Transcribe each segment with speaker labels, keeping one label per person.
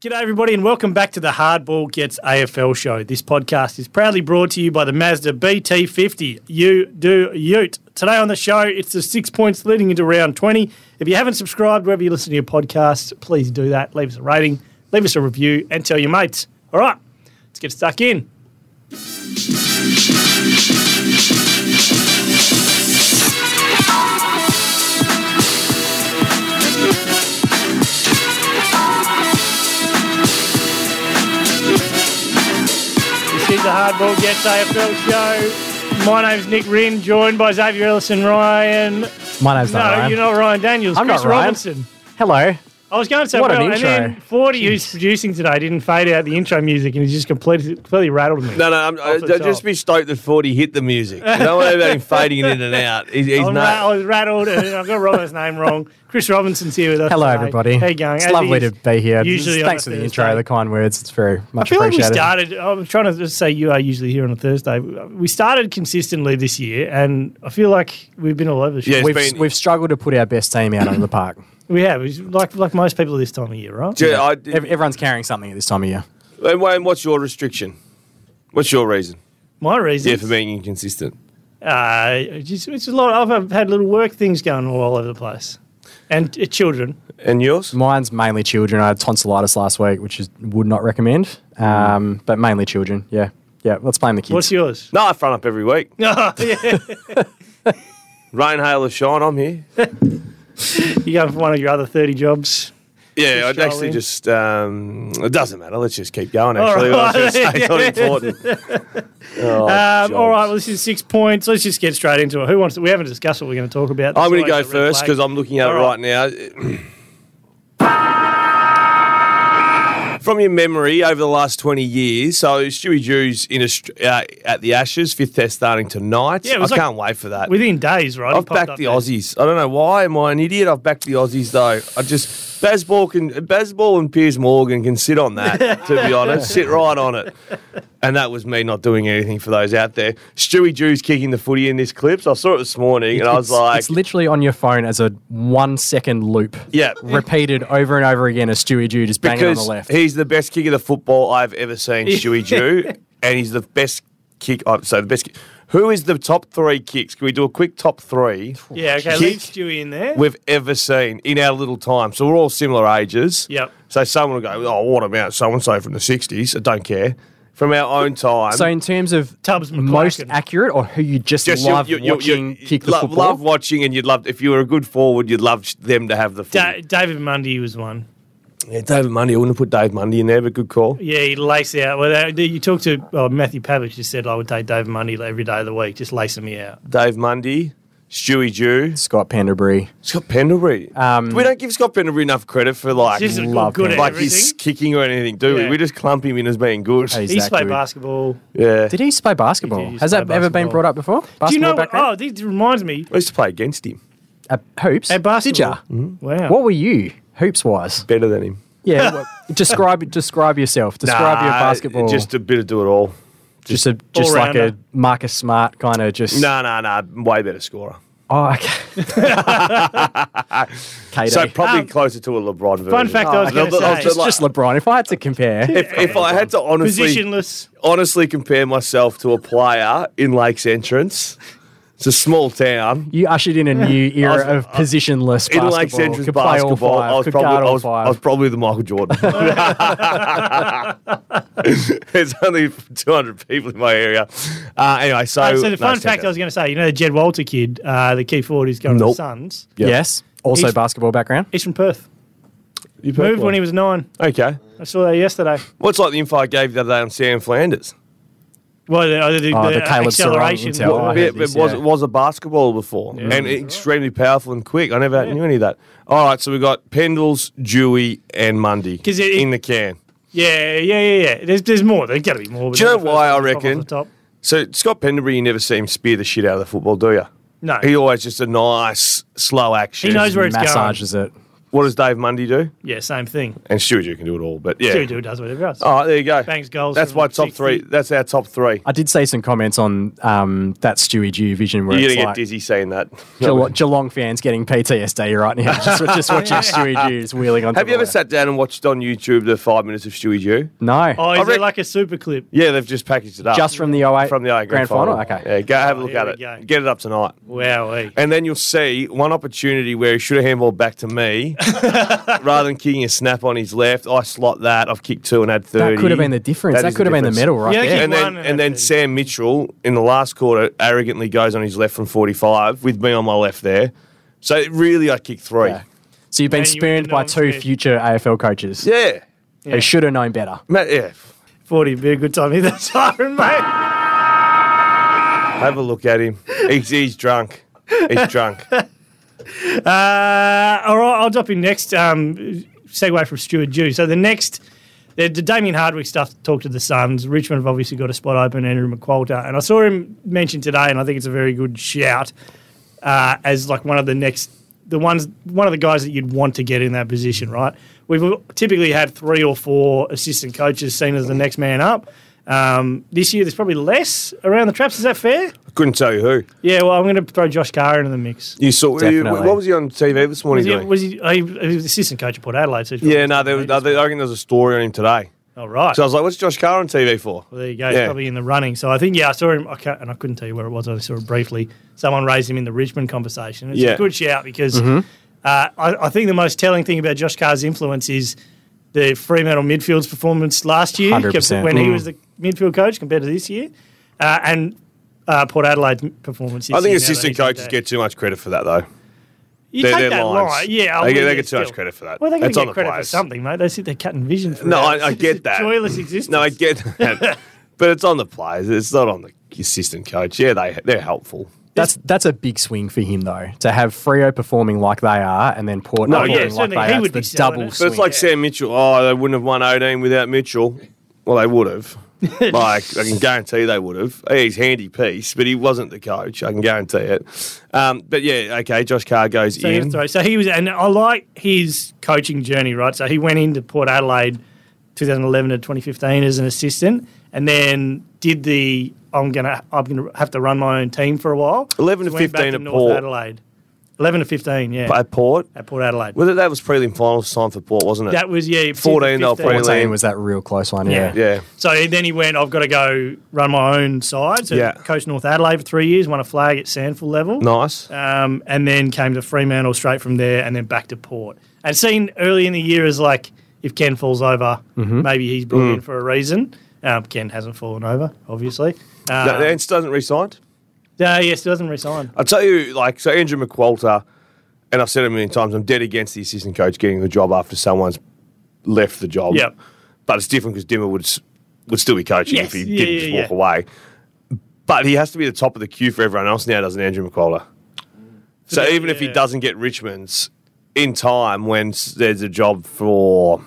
Speaker 1: G'day, everybody, and welcome back to the Hardball Gets AFL show. This podcast is proudly brought to you by the Mazda BT50. You do Ute. Today on the show, it's the six points leading into round 20. If you haven't subscribed, wherever you listen to your podcast, please do that. Leave us a rating, leave us a review, and tell your mates. All right, let's get stuck in. This is the Hardball Gets AFL show. My name's Nick Wren, joined by Xavier Ellison Ryan.
Speaker 2: My name's
Speaker 1: No,
Speaker 2: not Ryan.
Speaker 1: you're not Ryan Daniels.
Speaker 2: I'm not
Speaker 1: Chris
Speaker 2: Ryan.
Speaker 1: Robinson.
Speaker 2: Hello.
Speaker 1: I was going so
Speaker 2: What an
Speaker 1: well, and
Speaker 2: intro.
Speaker 1: then Forty, who's producing today, didn't fade out the intro music, and he just completely, completely rattled me.
Speaker 3: No, no, I'm,
Speaker 1: Off the
Speaker 3: I,
Speaker 1: top.
Speaker 3: just be stoked that Forty hit the music. You don't want him fading in and out. He's, he's
Speaker 1: I was, ra- I
Speaker 3: not.
Speaker 1: was rattled, and I got Robert's name wrong. Chris Robinson's here with us.
Speaker 2: Hello,
Speaker 1: today.
Speaker 2: everybody.
Speaker 1: How you going?
Speaker 2: It's
Speaker 1: As
Speaker 2: lovely
Speaker 1: is
Speaker 2: to be here.
Speaker 1: Usually, on a
Speaker 2: Thanks for the
Speaker 1: Thursday.
Speaker 2: intro, the kind words. It's very
Speaker 1: I
Speaker 2: much
Speaker 1: feel like we
Speaker 2: appreciated.
Speaker 1: started. I'm trying to just say you are usually here on a Thursday. We started consistently this year, and I feel like we've been all over the shop.
Speaker 3: Yes.
Speaker 2: we've,
Speaker 3: been-
Speaker 2: we've struggled to put our best team out on the park.
Speaker 1: We have, It's like like most people this time of year, right?
Speaker 3: Ju- I-
Speaker 2: Ev- Everyone's carrying something at this time of year.
Speaker 3: and Wayne, what's your restriction? What's your reason?
Speaker 1: My reason,
Speaker 3: Yeah, for being inconsistent.
Speaker 1: Uh, just, it's a lot. I've- I've had little work things going all over the place, and uh, children.
Speaker 3: And yours?
Speaker 2: Mine's mainly children. I had tonsillitis last week, which is would not recommend. Um, but mainly children. Yeah, yeah. Let's blame the kids.
Speaker 1: What's yours?
Speaker 3: No, I front up every week.
Speaker 1: Oh, yeah.
Speaker 3: Rain, hail, or shine, I'm here.
Speaker 1: You're going for one of your other 30 jobs.
Speaker 3: Yeah,
Speaker 1: Just
Speaker 3: I'd actually
Speaker 1: showing.
Speaker 3: just. Um, it doesn't matter. Let's just keep going. Actually,
Speaker 1: All
Speaker 3: What I was gonna
Speaker 1: right.
Speaker 3: say, it's not important. Oh,
Speaker 1: Um, all right,
Speaker 3: jobs.
Speaker 1: well, this is six points. Let's just get straight into it. Who wants to? We haven't discussed what we're going to talk about.
Speaker 3: I'm going to
Speaker 1: That's always a
Speaker 3: go
Speaker 1: red
Speaker 3: first
Speaker 1: flag.
Speaker 3: because I'm looking at
Speaker 1: All
Speaker 3: it
Speaker 1: right.
Speaker 3: right now. From your memory over the last 20 years, so Stewie Jew's in Aust- uh, at the Ashes, fifth test starting tonight.
Speaker 1: Yeah, it
Speaker 3: I
Speaker 1: was like-
Speaker 3: can't wait for that.
Speaker 1: Within days, right?
Speaker 3: I've
Speaker 1: It popped
Speaker 3: backed
Speaker 1: up
Speaker 3: the
Speaker 1: there.
Speaker 3: Aussies. I don't know why. Am I an idiot? I've backed the Aussies though. I just Bazball can Bazball and Piers Morgan can sit on that. to be honest, sit right on it. And that was me not doing anything for those out there. Stewie Jew's kicking the footy in this clip. So I saw it this morning, and I was
Speaker 2: It's-
Speaker 3: like,
Speaker 2: it's literally on your phone as a one second loop.
Speaker 3: Yeah.
Speaker 2: repeated over and over again as Stewie Jew just banging on the
Speaker 3: because
Speaker 2: left.
Speaker 3: he's the best kick of the football I've ever seen, Stewie Jew, and he's the best kick. I've So the best. Kick, who is the top three kicks? Can we do a quick top three?
Speaker 1: Yeah, okay,
Speaker 3: Kick
Speaker 1: leave Stewie in there.
Speaker 3: we've ever seen in our little time. So we're all similar ages.
Speaker 1: Yep.
Speaker 3: So someone will go, oh, what about so and so from the '60s? I don't care. From our own time.
Speaker 2: So in terms of
Speaker 1: Tubbs McCracken.
Speaker 2: most accurate or who you just,
Speaker 3: Just you-
Speaker 2: love
Speaker 3: you- you- you
Speaker 2: watching kick the
Speaker 3: lo-
Speaker 2: football,
Speaker 3: Love watching, and you'd love if you were a good forward, you'd love sh- them to have the.
Speaker 1: da-
Speaker 3: footy.
Speaker 1: David Mundy was one.
Speaker 3: yeah, David Mundy. I wouldn't have put Dave Mundy in there, but good call.
Speaker 1: Yeah, he lace out. Well, that- you talk to oh, Matthew Pavich, just said I would take David Mundy every day of the week, just lacing me out.
Speaker 3: Dave Mundy, Stewie Jew,
Speaker 2: Scott Penderbury.
Speaker 3: Scott Pendlebury.
Speaker 2: Um,
Speaker 3: we don't give Scott Pendlebury enough credit for like
Speaker 1: He's just
Speaker 2: love
Speaker 1: good
Speaker 2: him.
Speaker 1: at
Speaker 3: like
Speaker 1: everything.
Speaker 3: his kicking or anything, do
Speaker 1: Yeah.
Speaker 3: we? We just clump him in as being good.
Speaker 2: He's
Speaker 1: He used to
Speaker 2: that
Speaker 1: play
Speaker 2: good.
Speaker 1: basketball.
Speaker 3: yeah,
Speaker 2: Did he used to play basketball?
Speaker 1: He did used to
Speaker 2: Has that
Speaker 1: play
Speaker 2: ever been
Speaker 1: basketball.
Speaker 2: brought up before? Basketball
Speaker 1: Do you know what?
Speaker 2: background?
Speaker 1: Oh, this reminds me.
Speaker 3: I used to play against him.
Speaker 2: At hoops?
Speaker 1: At basketball.
Speaker 2: Did ya?
Speaker 1: Wow.
Speaker 2: What were you hoops wise?
Speaker 3: Better than him.
Speaker 2: Yeah. what- describe describe yourself. Describe your
Speaker 3: Nah,
Speaker 2: basketball.
Speaker 3: Just a bit of do it all.
Speaker 2: just a just like a
Speaker 1: all-rounder.
Speaker 2: Marcus Smart kind of just.
Speaker 3: No, no, no. Way better scorer.
Speaker 2: Oh, okay. Kato.
Speaker 3: So probably
Speaker 1: Um,
Speaker 3: closer to a LeBron version.
Speaker 1: Fun fact I was
Speaker 3: okay.
Speaker 1: going to
Speaker 3: I'll- I'll
Speaker 1: say.
Speaker 3: just-
Speaker 2: it's just LeBron. If I had to compare,
Speaker 3: If, if I had to honestly,
Speaker 1: Positionless.
Speaker 3: honestly compare myself to a player in Lakes Entrance, it's a small town.
Speaker 2: you ushered in a new era
Speaker 3: was- uh,
Speaker 2: of positionless
Speaker 3: In
Speaker 2: basketball.
Speaker 3: Lakes Entrance
Speaker 2: could play all
Speaker 3: basketball,
Speaker 2: five,
Speaker 3: I was
Speaker 2: could
Speaker 3: probably
Speaker 2: guard
Speaker 3: I
Speaker 2: all
Speaker 3: was, I
Speaker 2: five.
Speaker 3: was probably the Michael Jordan. There's only 200 people in my area. Uh, anyway, so
Speaker 1: Uh, so the fun
Speaker 3: no,
Speaker 1: fact I was going to say, you know, the Jed Walter kid, uh, the key forward who's going to the
Speaker 3: Nope.
Speaker 1: Suns.
Speaker 3: Yeah.
Speaker 2: Yes. Also
Speaker 1: He's-
Speaker 2: basketball background.
Speaker 1: He's from Perth.
Speaker 3: you
Speaker 1: Moved when he was nine.
Speaker 3: okay.
Speaker 1: I saw that yesterday.
Speaker 3: What's like the info I gave you the other day on Sam Flanders?
Speaker 1: Well, the, uh, the,
Speaker 2: Oh,
Speaker 1: the
Speaker 2: the Caleb
Speaker 1: acceleration.
Speaker 2: Sarong intel.
Speaker 1: Well,
Speaker 2: I
Speaker 3: Yeah,
Speaker 2: heard
Speaker 3: but
Speaker 2: this,
Speaker 3: was
Speaker 2: yeah.
Speaker 3: was a basketballer before and
Speaker 1: Mm-hmm.
Speaker 3: extremely powerful and quick. I never knew any of that. All right, so we got Pendles, Dewey, and Mundy
Speaker 1: 'Cause it-
Speaker 3: in the can.
Speaker 1: yeah, yeah, yeah, yeah. There's, there's more. There's got to be more. but
Speaker 3: Do you
Speaker 1: they're
Speaker 3: know
Speaker 1: the first
Speaker 3: why I
Speaker 1: ones to pop off
Speaker 3: reckon?
Speaker 1: the top.
Speaker 3: So Scott Pendlebury, you never see him spear the shit out of the football, do you?
Speaker 1: No.
Speaker 3: He always just a nice slow action.
Speaker 1: He knows where it's going.
Speaker 2: massages it.
Speaker 3: What does Dave Mundy do?
Speaker 1: Yeah, same thing.
Speaker 3: And Stuart can do it all, but yeah.
Speaker 1: Stuart does whatever else.
Speaker 3: Oh, there you go.
Speaker 1: Bangs goals
Speaker 3: That's
Speaker 1: from
Speaker 3: my top
Speaker 1: 60.
Speaker 3: three. That's our top three.
Speaker 2: I did see some comments on um, that Stewie G vision where
Speaker 3: You're
Speaker 2: it's
Speaker 3: gonna
Speaker 2: like
Speaker 3: get dizzy saying that.
Speaker 2: Geelong, Geelong fans getting PTSD right now. just, just watching Stewie G is wheeling on.
Speaker 3: Have you ever sat down and watched on YouTube the five minutes of Stewie Jew?
Speaker 2: No.
Speaker 1: Oh, is
Speaker 3: I
Speaker 1: there
Speaker 3: rec-
Speaker 1: like a super clip?
Speaker 3: Yeah, they've just packaged it up.
Speaker 2: Just from the 08
Speaker 3: from the 08
Speaker 2: grand final? Okay.
Speaker 3: Yeah, go have a look
Speaker 1: here
Speaker 3: at
Speaker 1: we go.
Speaker 3: it. Get it up tonight.
Speaker 1: Wow.
Speaker 3: And then you'll see one opportunity where he should have handballed back to me rather than kicking a snap on his left. I slot that. I've kicked two and had 30.
Speaker 2: that could have been the difference. That,
Speaker 3: is
Speaker 2: could have been the
Speaker 3: difference.
Speaker 2: medal right
Speaker 1: Yeah,
Speaker 2: there.
Speaker 1: keep
Speaker 3: And
Speaker 1: One
Speaker 3: then,
Speaker 1: and
Speaker 3: and then
Speaker 1: a 30.
Speaker 3: Sam Mitchell in the last quarter arrogantly goes on his left from 45 with me on my left there. So really, I kicked three.
Speaker 2: Yeah.
Speaker 3: Yeah.
Speaker 2: So you've been
Speaker 1: Man, you wouldn't
Speaker 2: spooned by
Speaker 1: have known
Speaker 2: two
Speaker 1: Smith.
Speaker 2: future AFL coaches
Speaker 3: Yeah.
Speaker 2: who should have known better.
Speaker 3: Matt, yeah.
Speaker 1: 40 would be a good time either siren, mate.
Speaker 3: Have a look at him. He's, he's drunk. He's drunk.
Speaker 1: Uh, all right, I'll drop in next. Um, segue from Stuart Jew. So the next, the, the Damien Hardwick stuff talked to the Suns. Richmond have obviously got a spot open, Andrew McQualter. And I saw him mentioned today, and I think it's a very good shout uh, as like one of the next, the ones, one of the guys that you'd want to get in that position, right? We've typically had three or four assistant coaches seen as the next man up. Um, this year, there's probably less around the traps. Is that fair?
Speaker 3: Couldn't tell you who.
Speaker 1: Yeah, well, I'm going to throw Josh Carr into the mix.
Speaker 3: You saw. You,
Speaker 2: Definitely.
Speaker 3: what was he on TV this
Speaker 1: Was
Speaker 3: morning
Speaker 1: he,
Speaker 3: doing?
Speaker 1: was he, oh, he he was assistant coach at Port Adelaide? So he's
Speaker 3: yeah,
Speaker 1: probably-
Speaker 3: no, there was, no, there, I think there was a story on him today.
Speaker 1: Oh, right.
Speaker 3: So I was like, "What's Josh Carr on TV for?"
Speaker 1: well, there you go. He's
Speaker 3: Yeah.
Speaker 1: probably in the running. So I think, yeah, I saw him, I can't, and I couldn't tell you where it was. I saw it briefly. Someone raised him in the Richmond conversation. It's
Speaker 3: Yeah. Mm-hmm.
Speaker 1: a good shout because uh, I, I think the most telling thing about Josh Carr's influence is the Fremantle midfield's performance last year
Speaker 2: 100%.
Speaker 1: when he
Speaker 2: Mm.
Speaker 1: was the midfield coach compared to this year uh, and uh, Port Adelaide's performance. this
Speaker 3: I think
Speaker 1: year now that
Speaker 3: assistant
Speaker 1: he's out
Speaker 3: coaches
Speaker 1: there.
Speaker 3: get too much credit for that, though.
Speaker 1: you
Speaker 3: they're-
Speaker 1: take
Speaker 3: they're
Speaker 1: that
Speaker 3: lines.
Speaker 1: line. Yeah, I
Speaker 3: They get-
Speaker 1: mean,
Speaker 3: they
Speaker 1: yeah,
Speaker 3: get too much
Speaker 1: still.
Speaker 3: credit for that.
Speaker 1: Well, they got
Speaker 3: That's
Speaker 1: to
Speaker 3: on
Speaker 1: get
Speaker 3: the
Speaker 1: credit for
Speaker 3: players.
Speaker 1: something, mate. They sit there cutting vision. For
Speaker 3: No,
Speaker 1: that.
Speaker 3: I- I
Speaker 1: It's
Speaker 3: get
Speaker 1: a
Speaker 3: that.
Speaker 1: Joyless existence.
Speaker 3: No, I get that, but it's on the players. It's not on the assistant coach. Yeah, they they're helpful.
Speaker 2: That's that's a big swing for him though. To have Frio performing like they are and then Port
Speaker 3: No, yeah,
Speaker 2: performing like
Speaker 1: certainly.
Speaker 2: they
Speaker 1: He
Speaker 2: are.
Speaker 1: would
Speaker 2: It's
Speaker 1: be
Speaker 2: the
Speaker 1: selling
Speaker 2: double
Speaker 1: it.
Speaker 2: swing.
Speaker 3: But it's like Sam Mitchell. Oh, they wouldn't have won 18 without Mitchell. Well, they would have. like I can guarantee they would have. He's handy piece, but he wasn't the coach. I can guarantee it. Um, but yeah, okay. Josh Carr goes
Speaker 1: So,
Speaker 3: in.
Speaker 1: he's throw- so he was, and I like his coaching journey, right? So he went into Port Adelaide 2011 to 2015 as an assistant, and then did the I'm gonna I'm gonna have to run my own team for a while.
Speaker 3: 11 to
Speaker 1: So went back
Speaker 3: 15 at
Speaker 1: North
Speaker 3: Port.
Speaker 1: Adelaide. 11 to 15, yeah,
Speaker 3: at Port.
Speaker 1: at Port Adelaide.
Speaker 3: Whether that was prelim finals time for Port, wasn't it?
Speaker 1: that was yeah,
Speaker 3: 14 they'll
Speaker 1: 15.
Speaker 3: probably-
Speaker 2: 14 was that real close one. Yeah.
Speaker 1: Yeah.
Speaker 3: yeah.
Speaker 1: So then he went. I've got to go run my own side. So
Speaker 3: Yeah.
Speaker 1: coached North Adelaide for three years, won a flag at Sandford level.
Speaker 3: Nice.
Speaker 1: um, and then came to Fremantle straight from there, and then back to Port. And seen early in the year as like if Ken falls over,
Speaker 3: Mm-hmm.
Speaker 1: maybe he's brought
Speaker 3: Mm.
Speaker 1: in for a reason. Um, Ken hasn't fallen over, obviously. Um,
Speaker 3: No, Ants doesn't resign.
Speaker 1: yeah, yes, he doesn't resign.
Speaker 3: I tell you, like, so Andrew McWalter, and I've said it a million times, I'm dead against the assistant coach getting the job after someone's left the job.
Speaker 1: Yep.
Speaker 3: But it's different because Dimmer would s- would still be coaching
Speaker 1: Yes,
Speaker 3: if he
Speaker 1: yeah,
Speaker 3: didn't
Speaker 1: yeah,
Speaker 3: just walk
Speaker 1: yeah.
Speaker 3: away. But he has to be the top of the queue for everyone else now, doesn't Andrew McWalter? So
Speaker 1: that-
Speaker 3: even if he
Speaker 1: yeah.
Speaker 3: doesn't get Richmond's in time when s- there's a job for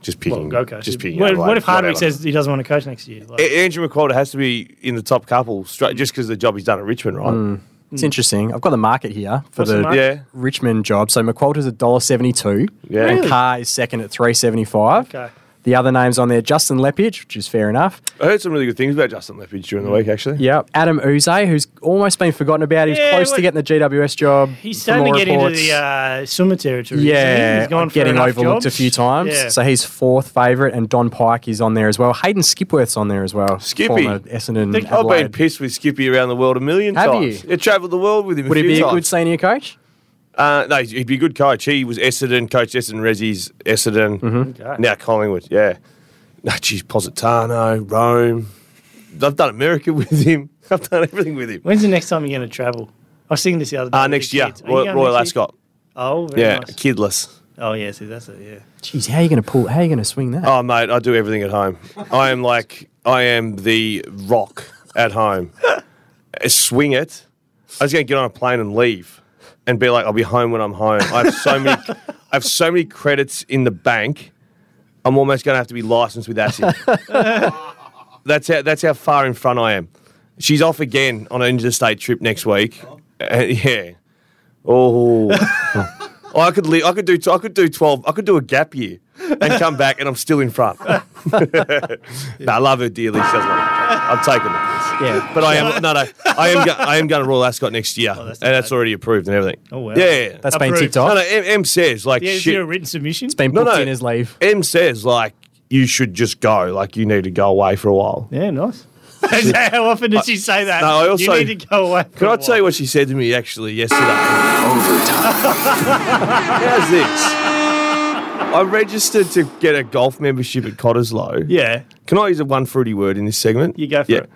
Speaker 3: just picking,
Speaker 1: Well, okay.
Speaker 3: Mm, just picking.
Speaker 1: what, what
Speaker 3: Adelaide,
Speaker 1: if Hardwick
Speaker 3: whatever.
Speaker 1: says he doesn't want to coach next year? Like,
Speaker 3: A- Andrew McWalter has to be in the top couple straight just because of the job he's done at Richmond, right?
Speaker 1: Hmm.
Speaker 2: It's interesting. I've got the market here for
Speaker 1: What's
Speaker 2: the,
Speaker 1: the market?
Speaker 3: Yeah.
Speaker 2: Richmond job. So McQualter's a dollar seventy two.
Speaker 3: Yeah.
Speaker 2: And
Speaker 3: Really?
Speaker 2: Carr is second at three seventy five.
Speaker 1: Okay.
Speaker 2: The other names on there, Justin Lepage, which is fair enough.
Speaker 3: I heard some really good things about Justin Lepage during the
Speaker 1: Mm.
Speaker 3: week, actually.
Speaker 2: Yep. Adam Uze, who's almost been forgotten about. He was
Speaker 1: Yeah,
Speaker 2: close
Speaker 1: well,
Speaker 2: to getting the GWS job.
Speaker 1: he's
Speaker 2: from
Speaker 1: starting
Speaker 2: all
Speaker 1: to get into
Speaker 2: reports.
Speaker 1: the uh, swimmer territory. isn't he?
Speaker 2: yeah,
Speaker 1: he's gone for
Speaker 2: getting
Speaker 1: enough
Speaker 2: overlooked
Speaker 1: jobs.
Speaker 2: a few times.
Speaker 1: Yeah.
Speaker 2: So he's fourth favourite, and Don Pike is on there as well. Hayden Skipworth's on there as well.
Speaker 3: Skippy.
Speaker 2: former Essendon.
Speaker 1: Think-
Speaker 3: I've been
Speaker 2: Adelaide.
Speaker 3: pissed with Skippy around the world a million
Speaker 2: Have
Speaker 3: times.
Speaker 2: you?
Speaker 3: Yeah, travelled the world with him.
Speaker 2: Would
Speaker 3: a
Speaker 2: he
Speaker 3: few
Speaker 2: be a
Speaker 3: times.
Speaker 2: good senior coach?
Speaker 3: Uh, no, he'd be a good coach. He was Essendon coach. Essendon Rezzi's Essendon.
Speaker 1: Okay.
Speaker 3: Now Collingwood. Yeah. No, geez, Positano, Rome. I've done America with him. I've done everything with him.
Speaker 1: When's the next time you're going to travel? I was singing this the other day.
Speaker 3: Uh,
Speaker 1: with the
Speaker 3: next year,
Speaker 1: kids. Are you
Speaker 3: Roy,
Speaker 1: going
Speaker 3: Royal
Speaker 1: next year?
Speaker 3: Ascot.
Speaker 1: Oh, very
Speaker 3: Yeah,
Speaker 1: nice.
Speaker 3: kidless.
Speaker 1: Oh, yeah, see, that's it, yeah.
Speaker 2: Jeez, how are you going to pull? How are you going to swing that?
Speaker 3: Oh, mate, I do everything at home. I am like, I am the rock at home. Uh, Swing it. I was going to get on a plane and leave and be like, I'll be home when I'm home. I have so many, I have so many credits in the bank. I'm almost going to have to be licensed with acid. that's how that's how far in front I am. She's off again on an interstate trip next week. Uh, yeah. Oh. Oh, I could li- I could do t- I could do twelve. I could do a gap year and come back, and I'm still in front. Nah, I love her dearly. She doesn't. want to play. I'm taking it.
Speaker 2: Yeah.
Speaker 3: But I am no no. I am go- I am going to rule Ascot next year,
Speaker 1: Oh, that's not
Speaker 3: and that's
Speaker 1: bad.
Speaker 3: already approved and everything.
Speaker 1: Oh, wow.
Speaker 3: Yeah, yeah.
Speaker 2: That's been
Speaker 1: Approved.
Speaker 2: ticked
Speaker 3: no
Speaker 2: off.
Speaker 3: no. M, M says like
Speaker 1: Yeah, is there a
Speaker 3: shit.
Speaker 1: written submission?
Speaker 2: It's been
Speaker 3: No,
Speaker 2: booked
Speaker 3: no.
Speaker 2: in as leave.
Speaker 3: M says like you should just go. Like you need to go away for a while.
Speaker 1: yeah, nice. How often did she say that?
Speaker 3: No, I also-
Speaker 1: you need to go away.
Speaker 3: Can I tell you what she said to me actually yesterday? Overtime. How's this? I registered to get a golf membership at Cottesloe.
Speaker 1: Yeah,
Speaker 3: Can I use a one fruity word in this segment?
Speaker 1: You go for it.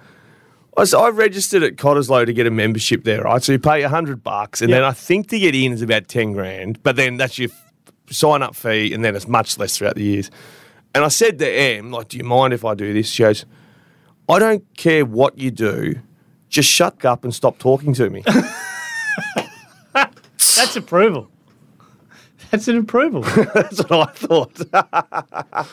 Speaker 3: I, so I registered at Cottesloe to get a membership there, right? So you pay a hundred bucks, and
Speaker 1: Yeah.
Speaker 3: then I think to get in is about ten grand, but then that's your f- sign up fee, and then it's much less throughout the years. And I said to Em, like, do you mind if I do this? She goes, I don't care what you do, just shut up and stop talking to me.
Speaker 1: that's approval. That's an approval.
Speaker 3: That's what I thought.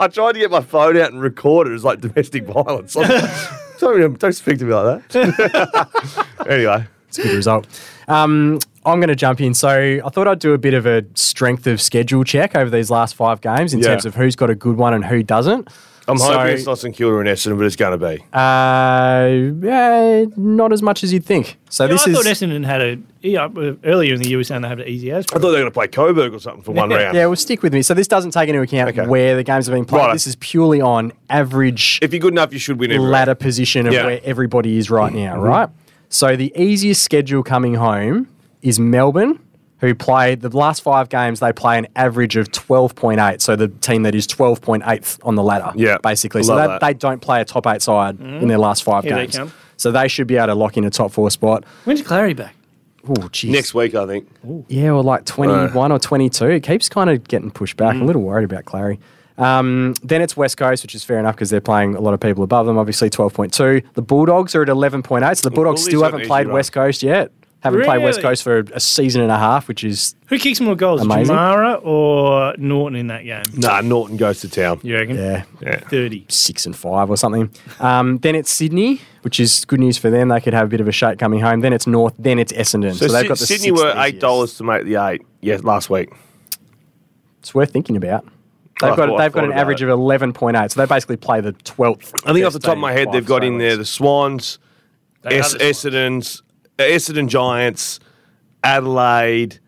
Speaker 3: I tried to get my phone out and record it as like domestic violence. I'm- don't, don't speak to me like that. anyway,
Speaker 2: It's a good result. Um, I'm going to jump in. So I thought I'd do a bit of a strength of schedule check over these last five games in
Speaker 3: Yeah.
Speaker 2: terms of who's got a good one and who doesn't.
Speaker 3: I'm
Speaker 2: So-
Speaker 3: hoping it's not St Kilda and Essendon, but it's going to be.
Speaker 2: Uh, yeah, not as much as you'd think. So
Speaker 1: I
Speaker 2: this
Speaker 1: thought
Speaker 2: is
Speaker 1: Essendon had a yeah, earlier in the year we were saying they have an easy as.
Speaker 3: I thought they were going to play Coburg or something for one round.
Speaker 2: yeah. Well, stick with me. So this doesn't take into account
Speaker 3: Okay.
Speaker 2: where the games are being played.
Speaker 3: Righto.
Speaker 2: This is purely on average
Speaker 3: If you're good enough, you should win every round.
Speaker 2: ladder position of
Speaker 3: Yeah. Mm-hmm.
Speaker 2: where everybody is right now. Right. So the easiest schedule coming home is Melbourne. Who played the last five games? They play an average of twelve point eight. So the team that is twelve point eighth on the ladder,
Speaker 3: Yeah.
Speaker 2: basically. So
Speaker 3: Love
Speaker 2: that,
Speaker 3: that.
Speaker 2: they don't play a top eight side in their last five
Speaker 1: Here they
Speaker 2: games.
Speaker 1: come.
Speaker 2: So they should be able to lock in a top four spot.
Speaker 1: When's Clary back?
Speaker 2: Oh, jeez.
Speaker 3: Next week, I think.
Speaker 2: Yeah, or like 21 or 22. It keeps kind of getting pushed back. I'm
Speaker 3: Mm.
Speaker 2: a little worried about Clary. Um, then it's West Coast, which is fair enough because they're playing a lot of people above them, obviously 12.2. The Bulldogs are at 11.8, so the Bulldogs
Speaker 3: Bullies
Speaker 2: still
Speaker 3: have
Speaker 2: haven't
Speaker 3: an easy
Speaker 2: played
Speaker 3: run.
Speaker 2: West Coast yet. Haven't played West
Speaker 1: Really?
Speaker 2: Coast for a season and a half, which is
Speaker 1: Who kicks more goals,
Speaker 2: Amazing.
Speaker 1: Jamara or Norton in that game?
Speaker 3: Nah, Norton goes to town.
Speaker 1: You reckon?
Speaker 2: yeah,
Speaker 3: Yeah.
Speaker 1: Thirty.
Speaker 2: six and five or something. Um, then it's Sydney, which is good news for them. They could have a bit of a shake coming home. Then it's North. Then it's Essendon. So,
Speaker 3: So,
Speaker 2: they've
Speaker 3: Sy-
Speaker 2: got the
Speaker 3: Sydney
Speaker 2: sixth
Speaker 3: were eight
Speaker 2: easiest.
Speaker 3: dollars to make the eight. Yeah, last week.
Speaker 2: It's worth thinking about. They've got
Speaker 3: I thought- I
Speaker 2: they've got
Speaker 3: thought
Speaker 2: an
Speaker 3: about
Speaker 2: average
Speaker 3: it.
Speaker 2: of eleven point eight, so they basically play the twelfth.
Speaker 3: I think off the top of my head, they've got in there the Swans,
Speaker 1: They
Speaker 3: Es-
Speaker 1: are the Swans.
Speaker 3: Essendon's, Essendon Giants, Adelaide.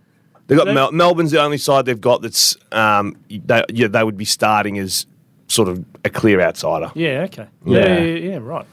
Speaker 3: They got
Speaker 1: They-
Speaker 3: Mel- Melbourne's the only side they've got that's um, they, yeah, they would be starting as sort of a clear outsider.
Speaker 1: Yeah. Okay.
Speaker 2: Yeah.
Speaker 1: Yeah. Yeah. yeah, right.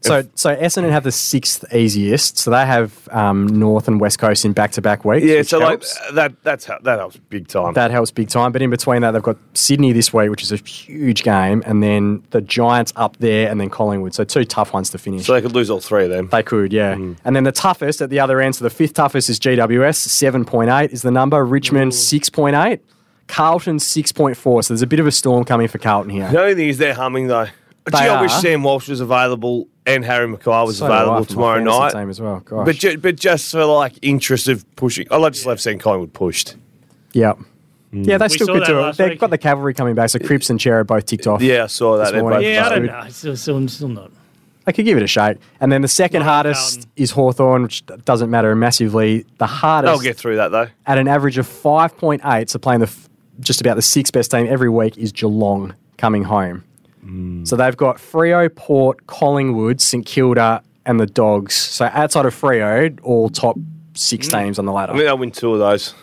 Speaker 2: so so Essendon have the sixth easiest, so they have um, North and West Coast in back to back weeks.
Speaker 3: Yeah,
Speaker 2: which
Speaker 3: so
Speaker 2: helps.
Speaker 3: like that that's how, that helps big time.
Speaker 2: that helps big time. But in between that, they've got Sydney this week, which is a huge game, and then the Giants up there, and then Collingwood. So two tough ones to finish.
Speaker 3: so they could lose all three of them.
Speaker 2: They could, yeah.
Speaker 3: Mm.
Speaker 2: And then the toughest at the other end, so the fifth toughest is GWS, 7.8 is the number. Richmond, 6.8. Carlton, 6.4. So there's a bit of a storm coming for Carlton here.
Speaker 3: The only thing is they're humming though. Gee, I wish
Speaker 2: are.
Speaker 3: Sam Walsh was available and Harry Mackay was
Speaker 2: So do I
Speaker 3: available
Speaker 2: for my
Speaker 3: tomorrow
Speaker 2: fantasy
Speaker 3: night.
Speaker 2: Team as well. Gosh.
Speaker 3: But ju- but just for like interest of pushing, I just love seeing Collingwood pushed.
Speaker 2: yeah.
Speaker 3: Mm.
Speaker 2: Yeah, they still
Speaker 1: saw
Speaker 2: could
Speaker 1: that
Speaker 2: do it.
Speaker 1: last
Speaker 2: They've
Speaker 1: week.
Speaker 2: got the cavalry coming back, so Cripps and Cher are both ticked off.
Speaker 3: Yeah, I saw that.
Speaker 2: This
Speaker 3: They're
Speaker 2: morning.
Speaker 3: both
Speaker 1: Yeah, I don't
Speaker 2: Right.
Speaker 1: know. It's still, still, still not.
Speaker 2: I could give it a shake. And then the second
Speaker 1: Not
Speaker 2: hardest
Speaker 1: Carlton.
Speaker 2: is Hawthorn, which d- doesn't matter massively. The hardest
Speaker 3: They'll get through that though.
Speaker 2: at an average of 5.8, so playing the f- just about the sixth best team every week is Geelong coming home.
Speaker 3: Mm.
Speaker 2: So they've got Frio, Port, Collingwood, St Kilda, and the Dogs. So outside of Frio, all top six
Speaker 3: Mm.
Speaker 2: teams on the
Speaker 3: I think
Speaker 2: ladder.
Speaker 3: they'll win two of those.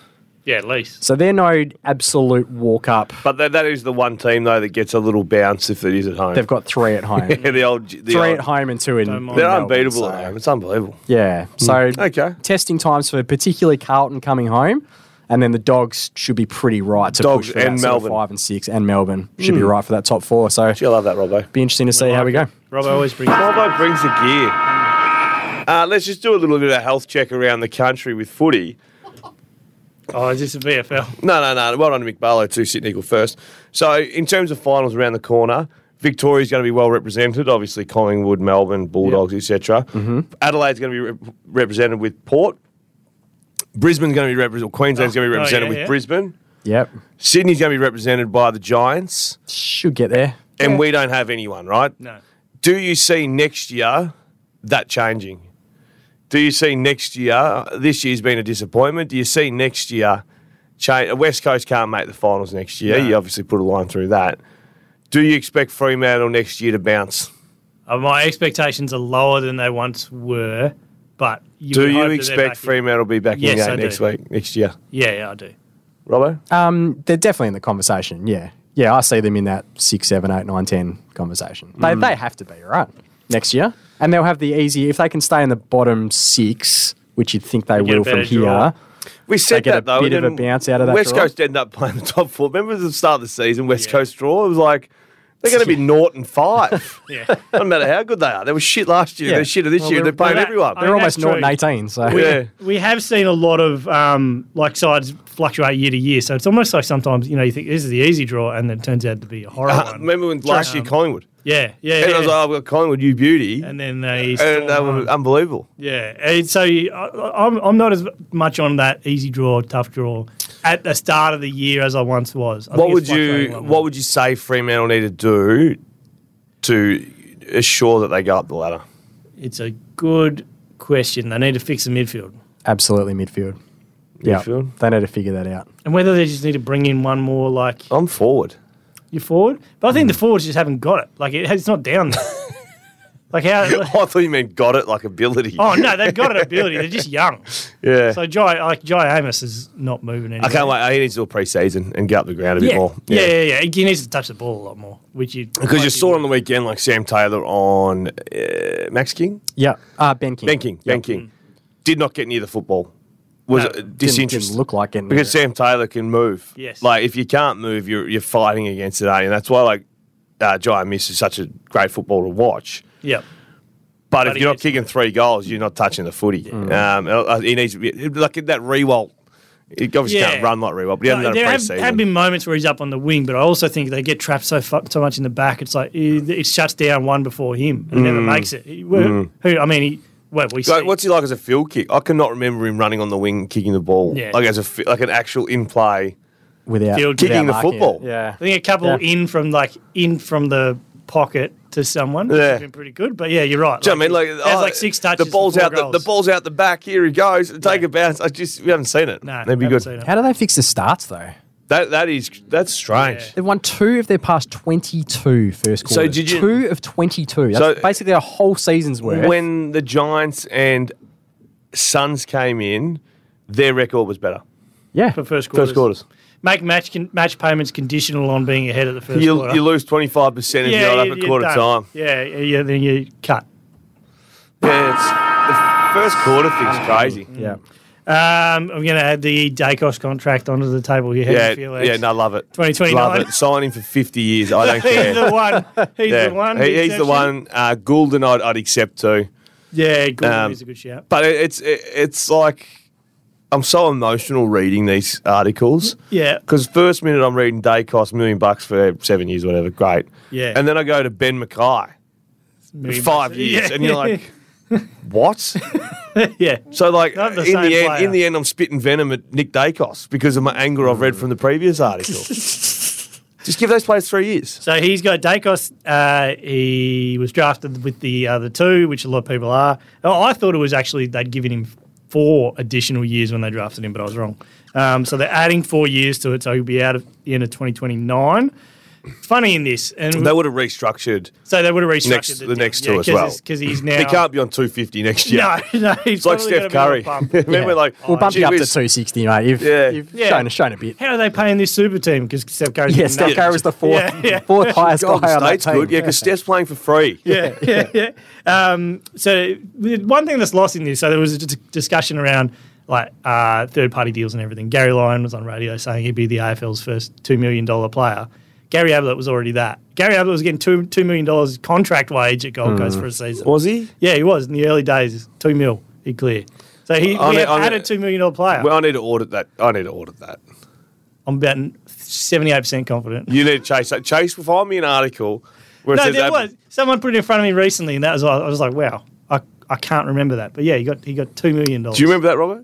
Speaker 1: Yeah, at least.
Speaker 2: So they're no absolute walk up.
Speaker 3: But that, that is the one team though that gets a little bounce if it is at home.
Speaker 2: They've got three at home.
Speaker 3: yeah, the old, the
Speaker 2: Three
Speaker 3: old-
Speaker 2: at home and two in.
Speaker 1: Don't mind.
Speaker 3: They're
Speaker 2: Melbourne,
Speaker 3: unbeatable
Speaker 2: so-
Speaker 3: at home. It's unbelievable.
Speaker 2: Yeah.
Speaker 1: Hmm.
Speaker 2: So
Speaker 3: Okay.
Speaker 2: testing times for particularly Carlton coming home, and then the Dogs should be pretty right to
Speaker 3: Dogs
Speaker 2: push for
Speaker 3: and
Speaker 2: that sort of
Speaker 3: Melbourne.
Speaker 2: five and six, and Melbourne should
Speaker 1: Hmm.
Speaker 2: be right for that top four. So
Speaker 3: Gee, I love that, Robbo.
Speaker 2: be interesting to see how we go.
Speaker 1: Rob always brings.
Speaker 3: Robbo brings the gear. Uh, let's just do a little bit of a health check around the country with footy.
Speaker 1: Oh, is this a VFL?
Speaker 3: No, no, no. Well done to Mick Barlow too, Sydney Eagle first. So in terms of finals around the corner, Victoria's going to be well represented. Obviously, Collingwood, Melbourne, Bulldogs, etc.
Speaker 1: Mm-hmm.
Speaker 3: Adelaide's going to be rep- represented with Port. Brisbane's going to be represented. Queensland's going to be
Speaker 1: Oh, yeah,
Speaker 3: represented with
Speaker 1: yeah.
Speaker 3: Brisbane.
Speaker 2: Yep.
Speaker 3: Sydney's going to be represented by the Giants.
Speaker 2: Should get there.
Speaker 3: and we don't have anyone, right?
Speaker 1: No.
Speaker 3: Do you see next year that changing? Do you see next year, this year's been a disappointment? Do you see next year cha- West Coast can't make the finals next year.
Speaker 1: No.
Speaker 3: You obviously put a line through that. Do you expect Fremantle next year to bounce?
Speaker 1: Uh, my expectations are lower than they once were, but you
Speaker 3: Do
Speaker 1: would hope
Speaker 3: you
Speaker 1: that they're
Speaker 3: expect
Speaker 1: back in-
Speaker 3: Fremantle to be back in
Speaker 1: Yes,
Speaker 3: the
Speaker 1: I
Speaker 3: game
Speaker 1: do.
Speaker 3: next week, next year?
Speaker 1: Yeah, yeah, I do.
Speaker 3: Robbo?
Speaker 2: Um, they're definitely in the conversation. Yeah, yeah, I see them in that six, seven, eight, nine, ten conversation. They
Speaker 1: Hmm.
Speaker 2: they have to be right next year, and they'll have the easy if they can stay in the bottom six, which you'd think they
Speaker 1: get a
Speaker 2: will from
Speaker 1: better
Speaker 2: here.
Speaker 1: draw.
Speaker 3: We said
Speaker 2: get a
Speaker 3: that though.
Speaker 2: bit
Speaker 3: and
Speaker 2: of a
Speaker 3: then
Speaker 2: bounce out of that
Speaker 3: West
Speaker 2: draw.
Speaker 3: Coast ended up playing the top four. Remember at the start of the season, West
Speaker 1: Yeah.
Speaker 3: Coast draw? It was like they're going to be naught and five.
Speaker 1: Yeah.
Speaker 3: Doesn't matter how good they are. They were shit last year.
Speaker 2: Yeah.
Speaker 3: They're shit this
Speaker 2: Well,
Speaker 3: year.
Speaker 2: they're-
Speaker 3: They're playing
Speaker 1: well, that-
Speaker 3: everyone.
Speaker 1: I
Speaker 2: They're
Speaker 1: mean,
Speaker 2: almost
Speaker 1: that's
Speaker 2: naught and
Speaker 1: true.
Speaker 2: eighteen. So
Speaker 3: yeah.
Speaker 1: We have seen a lot of um, like sides fluctuate year to year, so it's almost like sometimes you know you think this is the easy draw, and then it turns out to be a horrible
Speaker 3: Uh,
Speaker 1: one.
Speaker 3: remember when last year Collingwood?
Speaker 1: Yeah, yeah,
Speaker 3: And I
Speaker 1: yeah.
Speaker 3: was like, I've got Collingwood, you beauty.
Speaker 1: and
Speaker 3: And,
Speaker 1: then they,
Speaker 3: they
Speaker 1: storm
Speaker 3: were
Speaker 1: on.
Speaker 3: unbelievable.
Speaker 1: yeah. And so you- I, I'm I'm not as much on that easy draw, tough draw at the start of the year as I once was. I
Speaker 3: What
Speaker 1: think
Speaker 3: would
Speaker 1: it's fluctuating
Speaker 3: you
Speaker 1: like
Speaker 3: What would you say Fremantle need to do to assure that they go up the ladder?
Speaker 1: that. It's a good question. They need to fix the midfield,
Speaker 2: absolutely midfield. Yeah,
Speaker 3: Midfield?
Speaker 2: they need to figure that out.
Speaker 1: and whether they just need to bring in one more like
Speaker 3: I'm forward.
Speaker 1: your forward. But I think the
Speaker 3: Mm.
Speaker 1: forwards just haven't got it. Like it, it's not down there. like how.
Speaker 3: I thought you meant got it like ability.
Speaker 1: Oh no, they've got an ability. They're just young.
Speaker 3: yeah.
Speaker 1: So Jai, like Jai Amos, is not moving anywhere.
Speaker 3: I can't wait. He needs to do a pre-season and get up the ground a bit
Speaker 1: Yeah.
Speaker 3: more.
Speaker 1: yeah, yeah, yeah. He needs to touch the ball a lot more, which you
Speaker 3: Because you saw on the weekend, like Sam Taylor on uh, Max King,
Speaker 2: Yeah, uh, Ben King.
Speaker 3: Ben King, Ben King, did not get near the football. Was
Speaker 1: No,
Speaker 3: uh,
Speaker 2: Didn't- didn't,
Speaker 3: disinterested
Speaker 2: look like it.
Speaker 3: because Sam Taylor can move.
Speaker 1: Yes.
Speaker 3: like if you can't move, you're you're fighting against it, aren't you? And that's why like uh, Jai Miss is such a great football to watch.
Speaker 1: Yeah,
Speaker 3: But,
Speaker 1: But
Speaker 3: if
Speaker 1: he
Speaker 3: you're not
Speaker 1: gets to
Speaker 3: kicking three goals, you're not touching the footy. Um, uh, uh, he needs to be like that Rewalt. He obviously
Speaker 1: Yeah.
Speaker 3: can't run like Rewalt, but he hasn't
Speaker 1: No,
Speaker 3: done a
Speaker 1: there have,
Speaker 3: pre-season.
Speaker 1: have been moments where he's up on the wing, but I also think they get trapped so fu- so much in the back. It's like it, it shuts down one before him. He never makes it. He- who- Who? I mean, he, well, we see.
Speaker 3: Like, Mm. what's he like as a field kick? I cannot remember him running on the wing, and kicking the ball.
Speaker 1: Yeah.
Speaker 3: Like as a fi- like an actual in play.
Speaker 2: without
Speaker 1: Field
Speaker 2: without
Speaker 3: kicking the
Speaker 2: marking
Speaker 3: football.
Speaker 2: it. Yeah,
Speaker 1: I think a couple
Speaker 2: Yeah.
Speaker 1: in from like in from the pocket to someone. which
Speaker 3: Yeah.
Speaker 1: has been pretty good. But yeah, you're right.
Speaker 3: Do you know what I mean? Like,
Speaker 1: there's
Speaker 3: oh,
Speaker 1: like six touches. for
Speaker 3: The ball's
Speaker 1: four
Speaker 3: out. The, the
Speaker 1: goals.
Speaker 3: ball's out the back. Here he goes. Take a bounce. I just we haven't seen it.
Speaker 1: No,
Speaker 3: That'd be
Speaker 1: haven't
Speaker 3: good.
Speaker 1: seen it.
Speaker 2: How do they fix the starts though?
Speaker 3: That that is that's strange.
Speaker 1: Yeah.
Speaker 2: They've won two of their past 22 first quarters.
Speaker 3: did you-
Speaker 2: Two of 22. That's
Speaker 3: So-
Speaker 2: basically a whole season's worth.
Speaker 3: When the Giants and Suns came in, their record was better.
Speaker 2: yeah.
Speaker 1: for first quarters.
Speaker 3: First quarters.
Speaker 1: Make match con- match payments conditional on being ahead at the first
Speaker 3: You,
Speaker 1: quarter.
Speaker 3: you lose twenty five percent if you're not up at quarter
Speaker 1: done.
Speaker 3: time.
Speaker 1: Yeah, yeah, yeah, then you cut.
Speaker 3: Yeah, it's, the first quarter thing's
Speaker 1: Ah.
Speaker 3: crazy.
Speaker 2: yeah.
Speaker 1: Um, I'm going to add the Dacos contract onto the table here. How do you
Speaker 3: Yeah,
Speaker 1: feel,
Speaker 3: yeah,
Speaker 1: Alex?
Speaker 3: no, love it.
Speaker 1: 2029.
Speaker 3: Love it. Sign him for fifty years. I don't care.
Speaker 1: He's the one. He's
Speaker 3: Yeah.
Speaker 1: the one.
Speaker 3: He- he's the
Speaker 1: exception.
Speaker 3: one. Uh, Goulden, I'd, I'd accept too.
Speaker 1: Yeah, good.
Speaker 3: Um,
Speaker 1: he's a good shout.
Speaker 3: But it, it's it, it's like I'm so emotional reading these articles
Speaker 1: Yeah,
Speaker 3: because first minute I'm reading day cost million bucks for seven years, whatever, great.
Speaker 1: Yeah.
Speaker 3: And then I go to Ben Mackay,
Speaker 1: Maybe-
Speaker 3: five years,
Speaker 1: Yeah.
Speaker 3: and you're like, what?
Speaker 1: yeah,
Speaker 3: So like
Speaker 1: Not the
Speaker 3: in the
Speaker 1: same
Speaker 3: end,
Speaker 1: player.
Speaker 3: in the end, I'm spitting venom at Nick Dacos because of my anger I've read from the previous article. Just give those players three years.
Speaker 1: So he's got Dacos. Uh, he was drafted with the other two, which a lot of people are. Oh, I thought it was actually they'd given him four additional years when they drafted him, but I was wrong. Um, so they're adding four years to it, so he'll be out at the end of 2029. Funny in this, and
Speaker 3: They would have restructured.
Speaker 1: so they would have restructured
Speaker 3: Next-
Speaker 1: the,
Speaker 3: the
Speaker 1: deal.
Speaker 3: next
Speaker 1: Yeah,
Speaker 3: two as
Speaker 1: 'cause
Speaker 3: well.
Speaker 1: it's- Cause he's now.
Speaker 3: They can't be on 250 next year.
Speaker 1: No, no, he's
Speaker 3: It's like
Speaker 1: probably
Speaker 3: Steph
Speaker 1: gonna be
Speaker 3: Curry.
Speaker 1: on the bump.
Speaker 3: Remember, like
Speaker 2: We'll bump
Speaker 3: gee
Speaker 2: you up to
Speaker 3: whiz,
Speaker 2: 260, mate. You've,
Speaker 3: Yeah.
Speaker 2: you've
Speaker 1: Yeah.
Speaker 2: Shown, shown a bit.
Speaker 1: How are they paying this super team? Because Steph Curry's
Speaker 2: Yeah,
Speaker 1: been
Speaker 2: Steph
Speaker 1: nothing.
Speaker 2: Curry was the fourth,
Speaker 1: Yeah, yeah.
Speaker 2: fourth highest
Speaker 3: Golden
Speaker 2: guy on that
Speaker 3: State's
Speaker 2: team.
Speaker 3: good, yeah, because Steph's playing for free.
Speaker 1: yeah, yeah, yeah. Um, so the one thing that's lost in this, so there was a d- discussion around like uh, third party deals and everything. Gary Lyon was on radio saying he'd be the AFL's first two million dollar player. Gary Ablett was already that. Gary Ablett was getting two two million dollars contract wage at Gold
Speaker 3: Mm.
Speaker 1: Coast for a season.
Speaker 3: Was he?
Speaker 1: yeah, he was in the early days. Two mil, he clear. So he
Speaker 3: On
Speaker 1: we
Speaker 3: it-
Speaker 1: have
Speaker 3: on it-
Speaker 1: added two million dollar player.
Speaker 3: Well, I need to audit that. I need to audit that.
Speaker 1: I'm about seventy eight percent confident.
Speaker 3: You need to chase that. Chase, find me an article where it
Speaker 1: No,
Speaker 3: says
Speaker 1: there
Speaker 3: Ab-
Speaker 1: was someone put it in front of me recently, and that was I was like, wow, I, I can't remember that. But yeah, he got he got two million dollars.
Speaker 3: Do you remember that, Robert?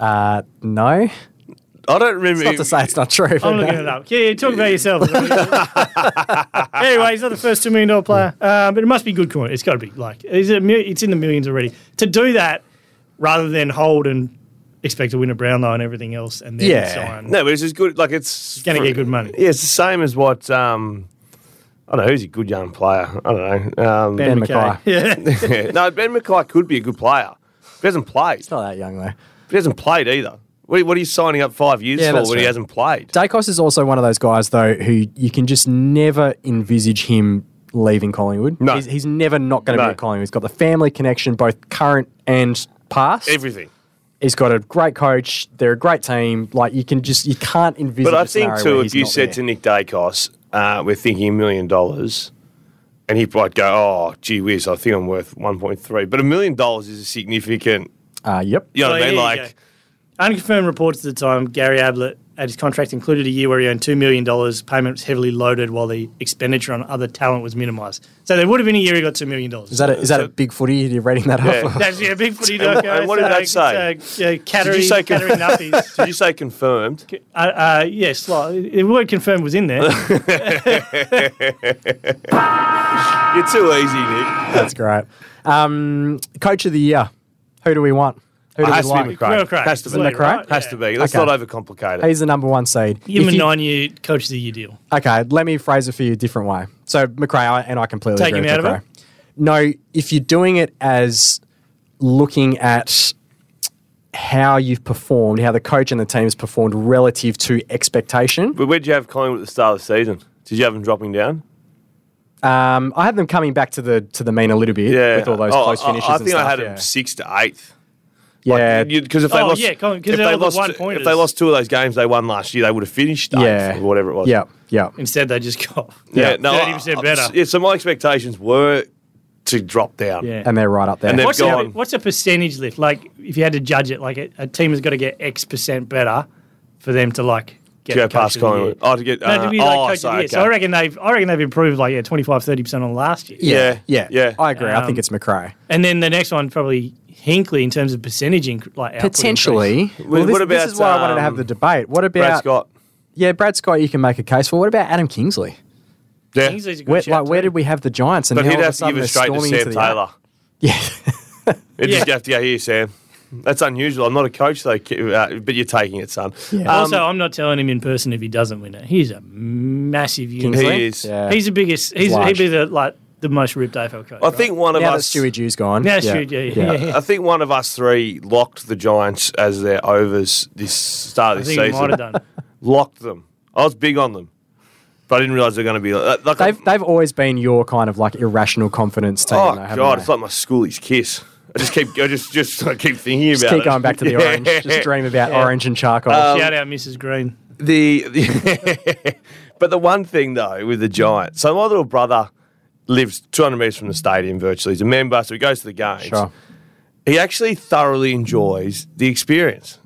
Speaker 2: Uh, no.
Speaker 3: I don't
Speaker 2: It's
Speaker 3: remember.
Speaker 2: not to say it's not true. but
Speaker 1: I'm looking it up. Yeah, yeah talk about yourself. anyway, he's not the first two million dollar player, uh, but it must be good coin. It's got to be like is it a mil- it's in the millions already. To do that rather than hold and expect to win a Brownlow and everything else, and then
Speaker 2: Yeah.
Speaker 1: sign.
Speaker 3: No, but it's as good. Like it's
Speaker 1: Gonna get good money.
Speaker 3: Yeah, it's the same as what um, I don't know. Who's a good young player? I don't know. Um,
Speaker 2: Ben
Speaker 1: McKay.
Speaker 2: McKay.
Speaker 1: Yeah.
Speaker 3: no, Ben McKay could be a good player. He hasn't played.
Speaker 2: He's not that young, though.
Speaker 3: He hasn't played either. What, what are you signing up five years
Speaker 2: Yeah,
Speaker 3: for when
Speaker 2: that's
Speaker 3: he
Speaker 2: right.
Speaker 3: hasn't played?
Speaker 2: Dacos is also one of those guys, though, who you can just never envisage him leaving Collingwood.
Speaker 3: No.
Speaker 2: He's, he's never not going to
Speaker 3: No.
Speaker 2: be at Collingwood. He's got the family connection, both current and past.
Speaker 3: Everything.
Speaker 2: he's got a great coach. They're a great team. Like, you can just, you can't envisage
Speaker 3: But I
Speaker 2: a scenario
Speaker 3: think
Speaker 2: where
Speaker 3: too, if
Speaker 2: he's
Speaker 3: you
Speaker 2: not
Speaker 3: said
Speaker 2: there.
Speaker 3: to Nick Dacos, uh, "We're thinking a million dollars," and he might go, "Oh, gee whiz, I think I'm worth 1.3." But a million dollars is a significant.
Speaker 2: Uh, yep.
Speaker 3: You know what I
Speaker 1: So
Speaker 3: mean?
Speaker 1: here
Speaker 3: Like,
Speaker 1: you go. unconfirmed reports at the time, Gary Ablett at his contract included a year where he earned two million dollars. Payment was heavily loaded, while the expenditure on other talent was minimised. So there would have been a year he got two million dollars.
Speaker 2: Is that a, is that a big footy? You're rating that
Speaker 3: Yeah.
Speaker 2: up?
Speaker 1: That's yeah, big footy.
Speaker 3: And-
Speaker 1: doco,
Speaker 3: and what did that say?
Speaker 1: Uh, yeah, cattery,
Speaker 3: Did you say con-
Speaker 1: cattery nuppies.
Speaker 3: did you say confirmed?
Speaker 1: Uh, uh, yes, like, the word confirmed was in there.
Speaker 3: You're too easy, Nick.
Speaker 2: That's great. Um, coach of the year. Who do we want? Who do
Speaker 3: Has
Speaker 2: we
Speaker 3: to be
Speaker 2: like?
Speaker 3: McRae.
Speaker 1: Well, correct.
Speaker 3: Has to be.
Speaker 1: Isn't that correct?
Speaker 3: Has to be. Let's
Speaker 2: Okay.
Speaker 3: not overcomplicate it.
Speaker 2: He's the number one seed.
Speaker 1: Give him
Speaker 2: If
Speaker 1: a
Speaker 2: you-
Speaker 1: nine-year coach of the year deal.
Speaker 2: Okay, let me phrase it for you a different way. So McRae I, and I completely
Speaker 1: Take
Speaker 2: agree
Speaker 1: him
Speaker 2: with
Speaker 1: out of
Speaker 2: McRae. No, if you're doing it as looking at how you've performed, how the coach and the team has performed relative to expectation.
Speaker 3: But where did you have Collingwood at the start of the season? Did you have them dropping down?
Speaker 2: Um, I had them coming back to the to the mean a little bit with all those
Speaker 3: Oh,
Speaker 2: close
Speaker 3: I-
Speaker 2: finishes.
Speaker 3: I,
Speaker 2: and
Speaker 3: think I
Speaker 2: stuff,
Speaker 3: had
Speaker 2: yeah.
Speaker 3: them sixth to eighth.
Speaker 2: Yeah,
Speaker 3: Because if they
Speaker 1: Oh,
Speaker 3: lost,
Speaker 1: yeah, Collingwood, 'cause
Speaker 3: if
Speaker 1: they're
Speaker 3: they
Speaker 1: all the
Speaker 3: lost,
Speaker 1: one-pointers.
Speaker 3: if they lost two of those games they won last year, they would have finished eighth
Speaker 2: yeah,
Speaker 3: or whatever it was.
Speaker 2: Yeah, yeah.
Speaker 1: Instead, they just got
Speaker 3: yeah. No,
Speaker 1: thirty percent
Speaker 3: I- I-
Speaker 1: better.
Speaker 3: Yeah, so my expectations were to drop down.
Speaker 1: Yeah.
Speaker 2: and they're right up there.
Speaker 3: And they've
Speaker 1: what's,
Speaker 3: gone.
Speaker 1: a, what's a percentage lift? Like, if you had to judge it, like a, a team has got to get X percent better for them to like get
Speaker 3: to go
Speaker 1: coach
Speaker 3: past
Speaker 1: of the year.
Speaker 3: Collingwood. Oh, to get.
Speaker 1: No, to
Speaker 3: uh,
Speaker 1: be like
Speaker 3: oh,
Speaker 1: coach of
Speaker 3: sorry,
Speaker 1: the year.
Speaker 3: okay.
Speaker 1: So I reckon they've, I reckon they've improved like yeah 25, 30 percent on last year.
Speaker 3: Yeah,
Speaker 2: yeah,
Speaker 3: yeah.
Speaker 2: I agree. I think
Speaker 1: Um,
Speaker 2: it's McRae.
Speaker 1: And then the next one probably Hinkley in terms of percentage, inc- like output increase.
Speaker 2: Potentially. Well,
Speaker 3: Well,
Speaker 2: this,
Speaker 3: what about,
Speaker 2: this is why I wanted to have
Speaker 3: um,
Speaker 2: the debate. What about
Speaker 3: Brad Scott.
Speaker 2: Yeah, Brad Scott, you can make a case for. What about Adam Kingsley?
Speaker 3: Yeah.
Speaker 1: Hinkley's a good
Speaker 2: Where,
Speaker 1: shout
Speaker 2: like, where
Speaker 1: too.
Speaker 2: did we have the Giants? And
Speaker 3: But
Speaker 2: now
Speaker 3: he'd
Speaker 2: all of
Speaker 3: have to give
Speaker 2: sudden
Speaker 3: it
Speaker 2: they're
Speaker 3: straight to
Speaker 2: storming into
Speaker 3: Sam
Speaker 2: the eight?
Speaker 3: Taylor.
Speaker 2: Yeah,
Speaker 3: He'd
Speaker 1: Yeah.
Speaker 3: just have to go here, Sam. That's unusual. I'm not a coach, though, ki- uh, but you're taking it, son.
Speaker 2: Yeah.
Speaker 3: Um,
Speaker 1: also, I'm not telling him in person if he doesn't win it. He's a massive unit.
Speaker 3: Kingsley?
Speaker 2: Kingsley?
Speaker 3: is.
Speaker 2: Yeah.
Speaker 1: He's the biggest. He's
Speaker 2: Large.
Speaker 1: he'd be the like the most ripped AFL coach.
Speaker 3: I
Speaker 1: right?
Speaker 3: think one of
Speaker 2: now that
Speaker 3: us.
Speaker 2: Stewie Jew's gone.
Speaker 1: Now Stewie Jew, yeah, yeah.
Speaker 3: I think one of us three locked the Giants as their overs this start
Speaker 1: I
Speaker 3: of this
Speaker 1: think he might
Speaker 3: season.
Speaker 1: have done.
Speaker 3: Locked them. I was big on them, but I didn't realise they're going to be like. like
Speaker 2: They've, they've always been your kind of like irrational confidence team.
Speaker 3: oh
Speaker 2: though, haven't
Speaker 3: god,
Speaker 2: they?
Speaker 3: it's like my schoolies kiss. I just keep, I just, just I keep thinking about
Speaker 2: just keep
Speaker 3: it.
Speaker 2: going back to the orange. Just dream about orange and charcoal.
Speaker 3: Um,
Speaker 1: Shout out Mrs. Green.
Speaker 3: The, the but the one thing though with the Giants, so my little brother lives 200 metres from the stadium. Virtually, he's a member, so he goes to the games.
Speaker 2: sure.
Speaker 3: he actually thoroughly enjoys the experience.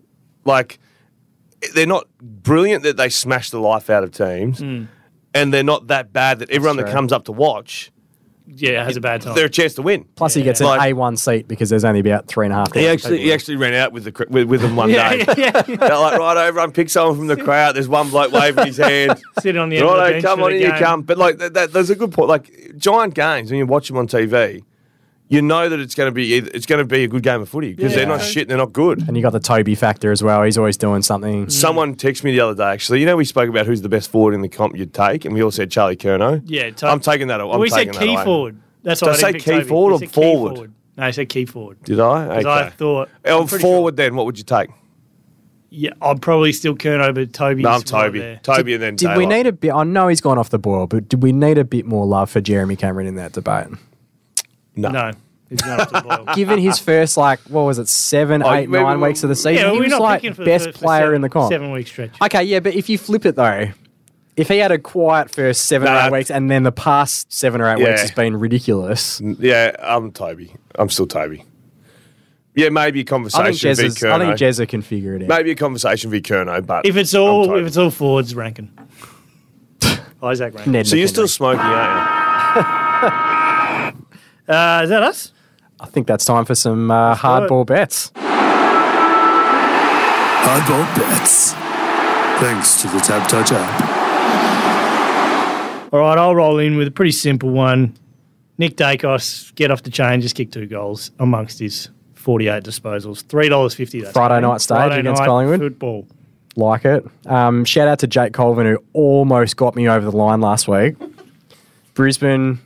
Speaker 3: Like, they're not brilliant that they smash the life out of teams, and they're not that bad that everyone that
Speaker 2: Hmm. true. Oh.
Speaker 3: comes up to watch,
Speaker 1: Yeah, has a bad time.
Speaker 3: they're a chance to win.
Speaker 2: Plus, he gets an
Speaker 3: Like-
Speaker 2: A1 seat because there's only about three and a half.
Speaker 3: He
Speaker 2: thousand
Speaker 3: actually, he
Speaker 2: people.
Speaker 3: actually ran out with the cr- with, with them one
Speaker 1: yeah,
Speaker 3: day.
Speaker 1: yeah, yeah.
Speaker 3: They're like, right, everyone pick someone from the crowd. There's one bloke waving his hand.
Speaker 1: Sit on the end of the
Speaker 3: Righto,
Speaker 1: bench
Speaker 3: come
Speaker 1: for
Speaker 3: on
Speaker 1: the
Speaker 3: in, you
Speaker 1: game.
Speaker 3: come. But like that, that, there's a good point. Like giant games when you watch them on TV, you know that it's going to be either, it's going to be a good game of footy because they're not
Speaker 1: Yeah. Mm.
Speaker 3: shit, and they're not good.
Speaker 2: and you got the Toby factor as well. He's always doing something.
Speaker 3: Someone texted me the other day, actually. You know, we spoke about who's the best forward in the comp you'd take, and we all said Charlie Kerno.
Speaker 1: Yeah,
Speaker 3: i I'm taking that. I'm
Speaker 1: we
Speaker 3: taking
Speaker 1: said
Speaker 3: that
Speaker 1: key
Speaker 3: away.
Speaker 1: forward. That's
Speaker 3: Did
Speaker 1: why
Speaker 3: I
Speaker 1: I didn't
Speaker 3: say
Speaker 1: pick
Speaker 3: key
Speaker 1: Toby.
Speaker 3: forward
Speaker 1: We
Speaker 3: or
Speaker 1: said key
Speaker 3: forward?
Speaker 1: No, I said key forward.
Speaker 3: Did I?
Speaker 1: 'Cause
Speaker 3: Okay.
Speaker 1: I thought
Speaker 3: Oh,
Speaker 1: I'm pretty sure-
Speaker 3: forward, then what would you take?
Speaker 1: Yeah, I'm probably still Kerno, but Toby.
Speaker 3: No, I'm Toby. Toby, and then
Speaker 2: Did
Speaker 3: Taylor.
Speaker 2: we need a bit? I know he's gone off the boil, but did we need a bit more love for Jeremy Cameron in that debate?
Speaker 3: No.
Speaker 1: No, he's not up to the boil.
Speaker 2: given his first like what was it seven, eight,
Speaker 3: Oh,
Speaker 2: nine
Speaker 3: maybe we-
Speaker 2: weeks of the season,
Speaker 1: Yeah, well,
Speaker 2: he
Speaker 1: we're
Speaker 2: was
Speaker 1: not
Speaker 2: like
Speaker 1: picking for
Speaker 2: best
Speaker 1: for- for
Speaker 2: player
Speaker 1: seven-
Speaker 2: in the comp.
Speaker 1: Seven week stretch.
Speaker 2: Okay, yeah, but if you flip it though, if he had a quiet first seven
Speaker 3: No,
Speaker 2: or
Speaker 3: I-
Speaker 2: eight weeks, and then the past seven or eight
Speaker 3: Yeah.
Speaker 2: weeks has been ridiculous,
Speaker 1: Mm,
Speaker 3: Yeah, I'm Toby. I'm still Toby. Yeah, maybe
Speaker 2: I
Speaker 3: a
Speaker 2: think
Speaker 3: conversation with
Speaker 2: Jezza, I think
Speaker 3: Kerno.
Speaker 2: Jezza can figure it out.
Speaker 3: Maybe a conversation with Kerno, but
Speaker 1: If it's
Speaker 3: I'm
Speaker 1: all
Speaker 3: Toby.
Speaker 1: if it's all forwards ranking, Isaac ranking.
Speaker 2: Ned
Speaker 3: so you're
Speaker 2: McKinley.
Speaker 3: still smoking, aren't
Speaker 1: Uh, is that us?
Speaker 2: I think that's time for some uh,
Speaker 1: it.
Speaker 2: hardball bets.
Speaker 4: Hardball bets. Thanks to the Tab Touch app.
Speaker 1: All right, I'll roll in with a pretty simple one. Nick Dacos, get off the chain, just kick two goals amongst his 48 disposals. $3.50. that's
Speaker 2: Friday
Speaker 1: right.
Speaker 2: night stage against Collingwood.
Speaker 1: Football.
Speaker 2: Like it. Um, shout out to Jake Colvin, who almost got me over the line last week. Brisbane,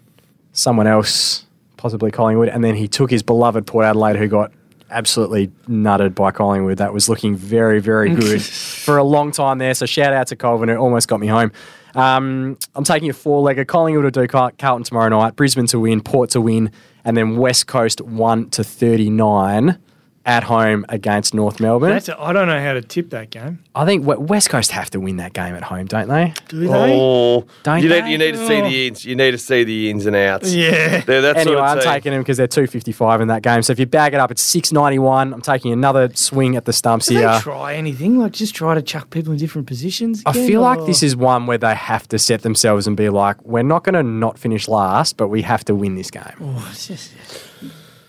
Speaker 2: someone else, possibly Collingwood. And then he took his beloved Port Adelaide, who got absolutely nutted by Collingwood. That was looking very, very good for a long time there. So shout out to Colvin, who almost got me home. Um, I'm taking a four legger. Collingwood to do Car- Carlton tomorrow night, Brisbane to win, Port to win, and then West Coast 1 to 39 at home against North Melbourne.
Speaker 1: That's a, I don't know how to tip that game.
Speaker 2: I think we- West Coast have to win that game at home, don't they?
Speaker 1: Do they?
Speaker 3: Oh,
Speaker 2: Don't
Speaker 3: you
Speaker 2: they?
Speaker 3: need, you need to see
Speaker 1: Oh.
Speaker 3: the ins. You need to see the ins and outs.
Speaker 1: Yeah.
Speaker 3: They're that
Speaker 2: Anyway,
Speaker 3: sort of
Speaker 2: I'm
Speaker 3: team.
Speaker 2: taking them because they're 255 in that game. So if you bag it up, it's 691. I'm taking another swing at the stumps
Speaker 1: Do they
Speaker 2: here.
Speaker 1: try anything? Like just try to chuck people in different positions?
Speaker 2: I
Speaker 1: again, oh.
Speaker 2: feel like
Speaker 1: or-
Speaker 2: this is one where they have to set themselves and be like, we're not going to not finish last, but we have to win this game.
Speaker 1: Oh, it's just-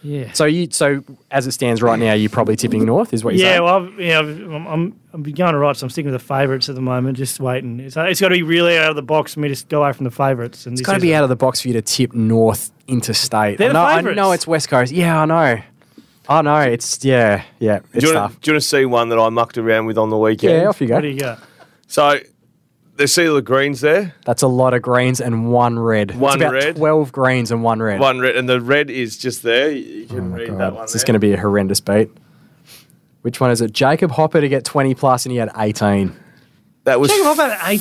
Speaker 1: yeah.
Speaker 2: So you, so as it stands right now, you're probably tipping north, is what you're
Speaker 1: Yeah,
Speaker 2: saying?
Speaker 1: well, I've, yeah, I've, I'm, I'm, I'm going to right, so I'm sticking with the favourites at the moment, just waiting. It's, uh, it's got to be really out of the box for me to go away from the favourites. And
Speaker 2: it's got to be out of the box for you to tip north interstate.
Speaker 1: They're
Speaker 2: I
Speaker 1: the
Speaker 2: know, I
Speaker 1: favourites.
Speaker 2: know it's West Coast. Yeah, I know. I know. It's, yeah, yeah. It's
Speaker 3: Do you,
Speaker 2: tough.
Speaker 3: want, do you want to see one that I mucked around with on the weekend?
Speaker 2: Yeah, off you go.
Speaker 1: What do you got?
Speaker 3: So the Seal of Greens there,
Speaker 2: That's a lot of greens and one red.
Speaker 3: One
Speaker 2: it's about
Speaker 3: red?
Speaker 2: Twelve greens and one red.
Speaker 3: one red, and the red is just there. You can read that
Speaker 2: Oh God,
Speaker 3: one.
Speaker 2: this is
Speaker 3: there.
Speaker 2: going to be a horrendous beat. Which one is it? Jacob Hopper to get twenty plus, and he had eighteen.
Speaker 3: That was
Speaker 1: Check off at 18.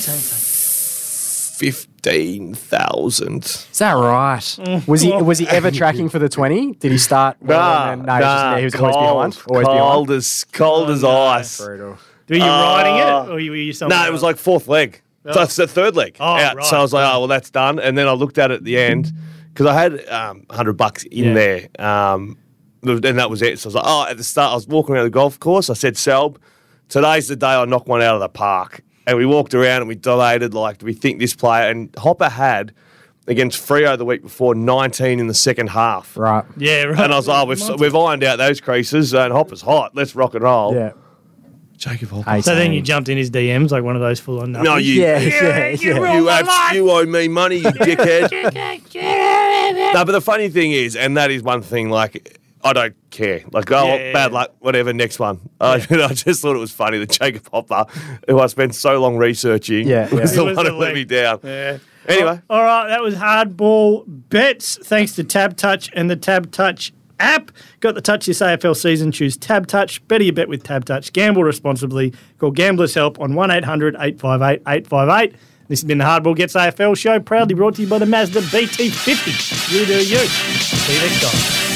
Speaker 3: fifteen thousand.
Speaker 2: Is that right? Was he was he ever tracking for the twenty? Did he start? Well and then- no, he was just- yeah, he was always behind. Oh, Always
Speaker 3: cold as cold as ice.
Speaker 2: behind. Brutal.
Speaker 1: Were you riding it, or were you
Speaker 3: Uh, No,
Speaker 1: something?
Speaker 3: it was like fourth leg. So it's the third leg.
Speaker 1: Oh,
Speaker 3: out.
Speaker 1: right.
Speaker 3: So I was like, oh, well, that's done. And then I looked at it at the end because I had um, 100 bucks in
Speaker 1: Yeah.
Speaker 3: there. Um, and that was it. So I was like, oh, at the start, I was walking around the golf course. I said, Selb, today's the day I knock one out of the park. And we walked around and we donated, like, do we think this player? And Hopper had, against Frio the week before, 19 in the second half.
Speaker 2: Right.
Speaker 1: yeah, right.
Speaker 3: And I was like, oh, we've, we've ironed out those creases and Hopper's hot. Let's rock and roll.
Speaker 2: Yeah.
Speaker 3: Jacob Hopper.
Speaker 2: 18.
Speaker 1: so then you jumped in his DMs like one of those full on.
Speaker 3: No, you.
Speaker 2: Yeah, yeah, yeah.
Speaker 3: You, abs- you owe me money, you dickhead. no, but the funny thing is, and that is one thing, like, I don't care. Like, oh,
Speaker 1: Yeah, yeah,
Speaker 3: bad
Speaker 1: yeah.
Speaker 3: luck, whatever, next one. I, I just thought it was funny that Jacob Hopper, who I spent so long researching,
Speaker 2: Yeah, yeah.
Speaker 3: was the
Speaker 1: It was
Speaker 3: one
Speaker 1: the
Speaker 3: who let
Speaker 1: leg.
Speaker 3: me down.
Speaker 1: Yeah.
Speaker 3: Anyway.
Speaker 1: All right, that was hardball bets. Thanks to Tab Touch and the Tab Touch app. Got the touch this AFL season. Choose Tab Touch. Better your bet with Tab Touch. Gamble responsibly. Call Gamblers Help on 1800 858 858. This has been the Hardball Gets AFL show, proudly brought to you by the Mazda BT50. You do you. See you next time.